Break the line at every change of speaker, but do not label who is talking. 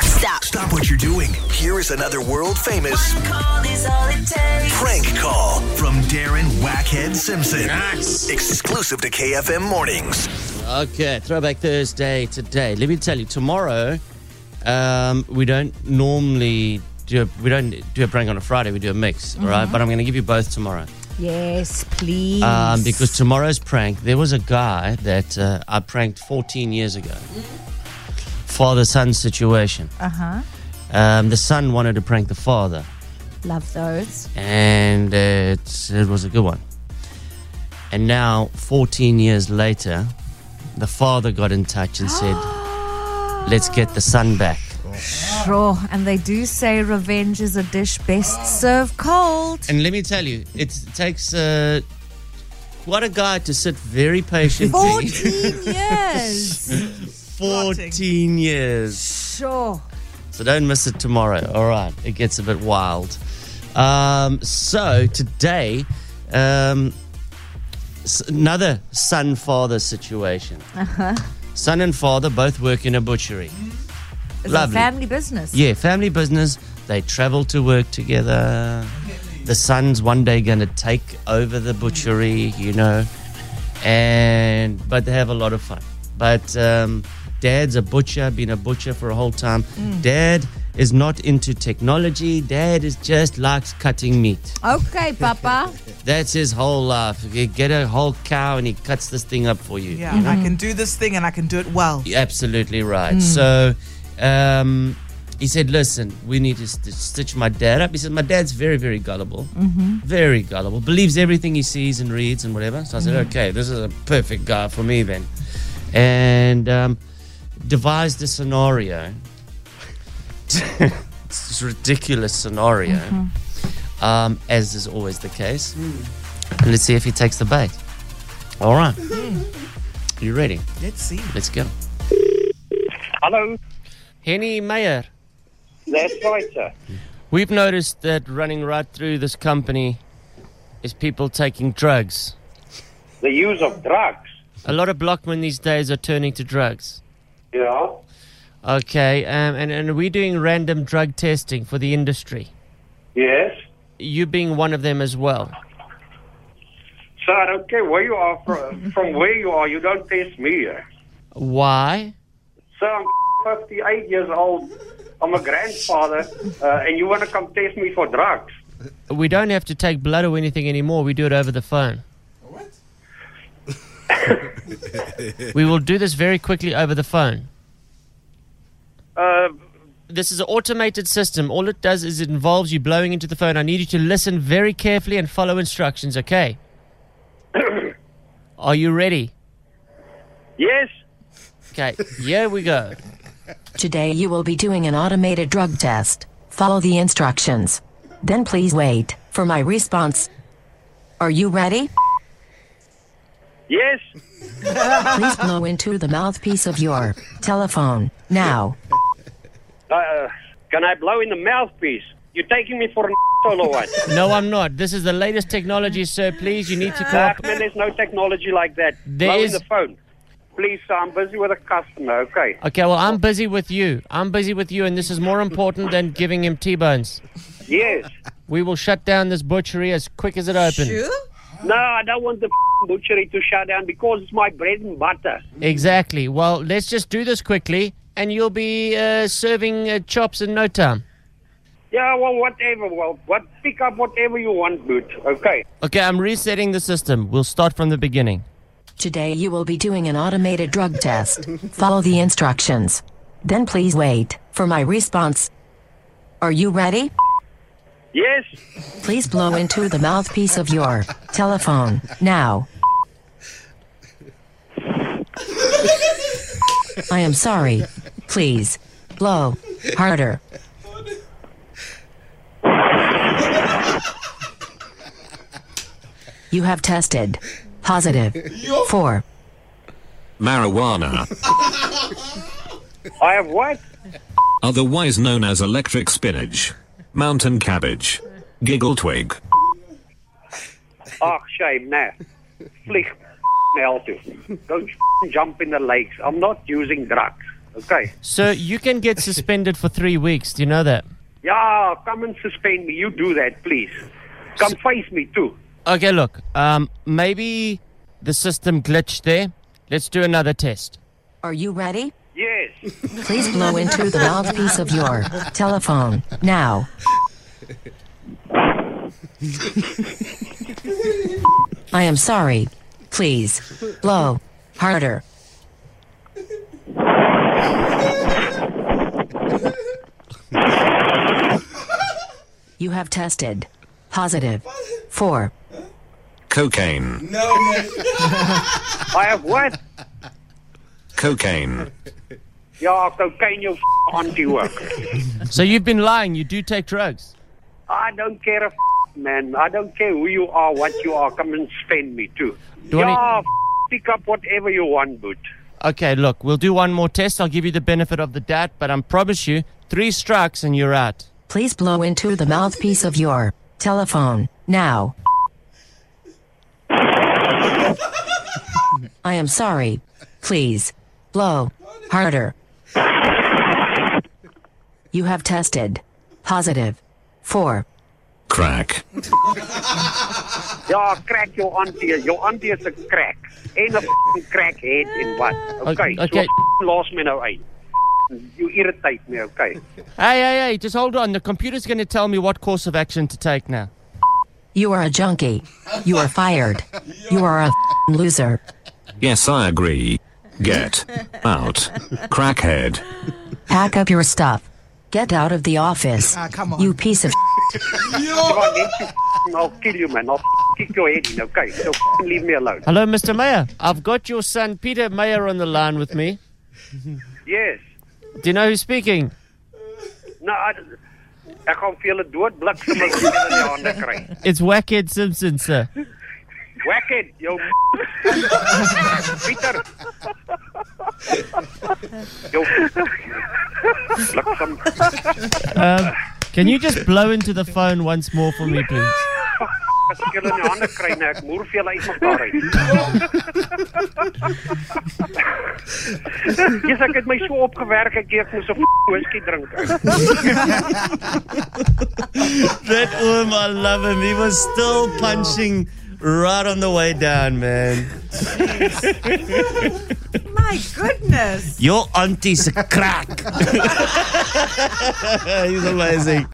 Stop what you're doing. Here is another world famous
Call is all it takes.
prank call from Darren Wackhead Simpson.
Nice.
Exclusive to KFM Mornings.
Okay, Throwback Thursday today. Let me tell you, tomorrow um, we don't normally do a, we don't do a prank on a Friday. We do a mix, all right? But I'm going to give you both tomorrow
Yes, please.
um, because tomorrow's prank. There was a guy that uh, I pranked 14 years ago. Father son situation.
uh huh.
Um, the son wanted to prank the father,
Love those.
and it, it was a good one. And now, 14 years later, the father got in touch and said, "Let's get the son back."
Sure. And they do say revenge is a dish best served cold.
And let me tell you, it takes uh, quite a guy to sit very patiently
14 years.
14 years.
Sure.
So don't miss it tomorrow. All right, it gets a bit wild. Um, so today, um, s- another son father situation. Uh-huh. Son and father both work in a butchery.
It's
Lovely.
a family business.
Yeah, family business. They travel to work together. The son's one day going to take over the butchery, you know, and but they have a lot of fun. But um, dad's a butcher, been a butcher for a whole time.
Mm.
Dad is not into technology. Dad is just likes cutting meat.
Okay, Papa.
That's his whole life. You get a whole cow and he cuts this thing up for you.
Yeah, I can do this thing and I can do it well.
You're absolutely right. So um, he said, "Listen, we need to st- stitch my dad up." He said, "My dad's very, very gullible, very gullible. Believes everything he sees and reads and whatever." So I said, "Okay, this is a perfect guy for me then," and um, devised a scenario. it's a ridiculous scenario, um, as is always the case. And let's see if he takes the bait. All right. You ready?
Let's see.
Let's go.
Hello,
Henny Mayer,
that's right, sir.
we've noticed that running right through this company is people taking drugs.
The use of drugs.
A lot of blockmen these days are turning to drugs.
Yeah.
Okay, um, and, and we're doing random drug testing for the industry.
Yes.
You being one of them as well.
So I don't care where you are from. from where you are, you don't test me. eh?
Why?
So I'm 58 years old. I'm a grandfather, uh, and you want to come test me for drugs?
We don't have to take blood or anything anymore. We do it over the phone. What? we will do this very quickly over the phone.
Uh,
this is an automated system. All it does is it involves you blowing into the phone. I need you to listen very carefully and follow instructions, okay? Are you ready?
yes.
Okay, here we go.
Today you will be doing an automated drug test. Follow the instructions. Then please wait for my response. Are you ready?
Yes.
Please blow into the mouthpiece of your telephone now.
Uh, can I blow in the mouthpiece? You're taking me for an or what?
No, I'm not. This is the latest technology, sir. Please, you need to
Ah,
cooperate.
man, there's no technology like that.
There
blow
is-
in the phone. Please, sir, I'm busy with a customer. Okay.
Okay, well, I'm busy with you. I'm busy with you, and this is more important than giving him T-bones.
Yes.
We will shut down this butchery as quick as it opens.
No, I don't want the butchery to shut down because it's my bread and butter.
Exactly. Well, let's just do this quickly, and you'll be uh, serving uh, chops in no time.
Yeah, well, whatever. Well, what pick up whatever you want, dude. Okay.
Okay, I'm resetting the system. We'll start from the beginning.
Today you will be doing an automated drug test. Follow the instructions. Then please wait for my response. Are you ready?
Yes.
Please blow into the mouthpiece of your telephone now. I am sorry. Please blow harder. You have tested positive for
Marijuana,
I have what?
otherwise known as electric spinach, mountain cabbage, giggle twig,
Oh, shame, nah. Flick, hell to. Don't jump in the lakes. I'm not using drugs. Okay.
Sir, you can get suspended for three weeks. Do you know that?
Yeah, come and suspend me. You do that, please. Come face me too.
Okay, look. Um, maybe the system glitched there. Let's do another test.
Are you ready?
Yes.
Please blow into the mouthpiece of your telephone now. I am sorry. Please blow harder. You have tested positive for
Cocaine.
I have what?
Cocaine.
Yeah, cocaine your auntie work.
So you've been lying. You do take drugs.
I don't care a man. I don't care who you are, what you are. Come and spend me too.
Do I need-
yeah, pick up whatever you want, but
Okay, look. We'll do one more test. I'll give you the benefit of the doubt, but I promise you, three strikes and you're out.
Please blow into the mouthpiece of your telephone now. I am sorry. Please blow harder. You have tested positive for
Crack.
Yeah, crack your auntie. Your auntie is a crack. En 'n crackhead en wat. Okay.
okay.
So los my nou uit. You irritate me, okay?
Hey, hey, hey, just hold on. The computer's going to tell me what course of action to take now.
you are a junkie. You are fired. You are a loser.
Yes, I agree. Get out. Crackhead.
Pack up your stuff. Get out of the office.
Ah, come on.
You piece of
You are need to I'll kill you, man. I'll kick your head in, okay? So leave me alone.
Hello, Mr. Mayor. I've got your son, Peter Mayer, on the line with me.
Yes.
Do you know who's speaking?
Nou, I- ek gaan vir julle dood bliksem as julle in die hande kry.
It's Wackhead Simpson, sir.
Whack it, jou Pieter. Jou bliksem.
Can you just blow into the phone once more for me, please?
As ek julle in die hande kry, nou, ek moer vir julle uitmekaar uit. Jy's ek het my so opgewerk ek ek moes 'n whisky drink.
That Ulm, I love him. He was still punching right on the way down, man.
My goodness.
Your auntie's a crack. He's amazing.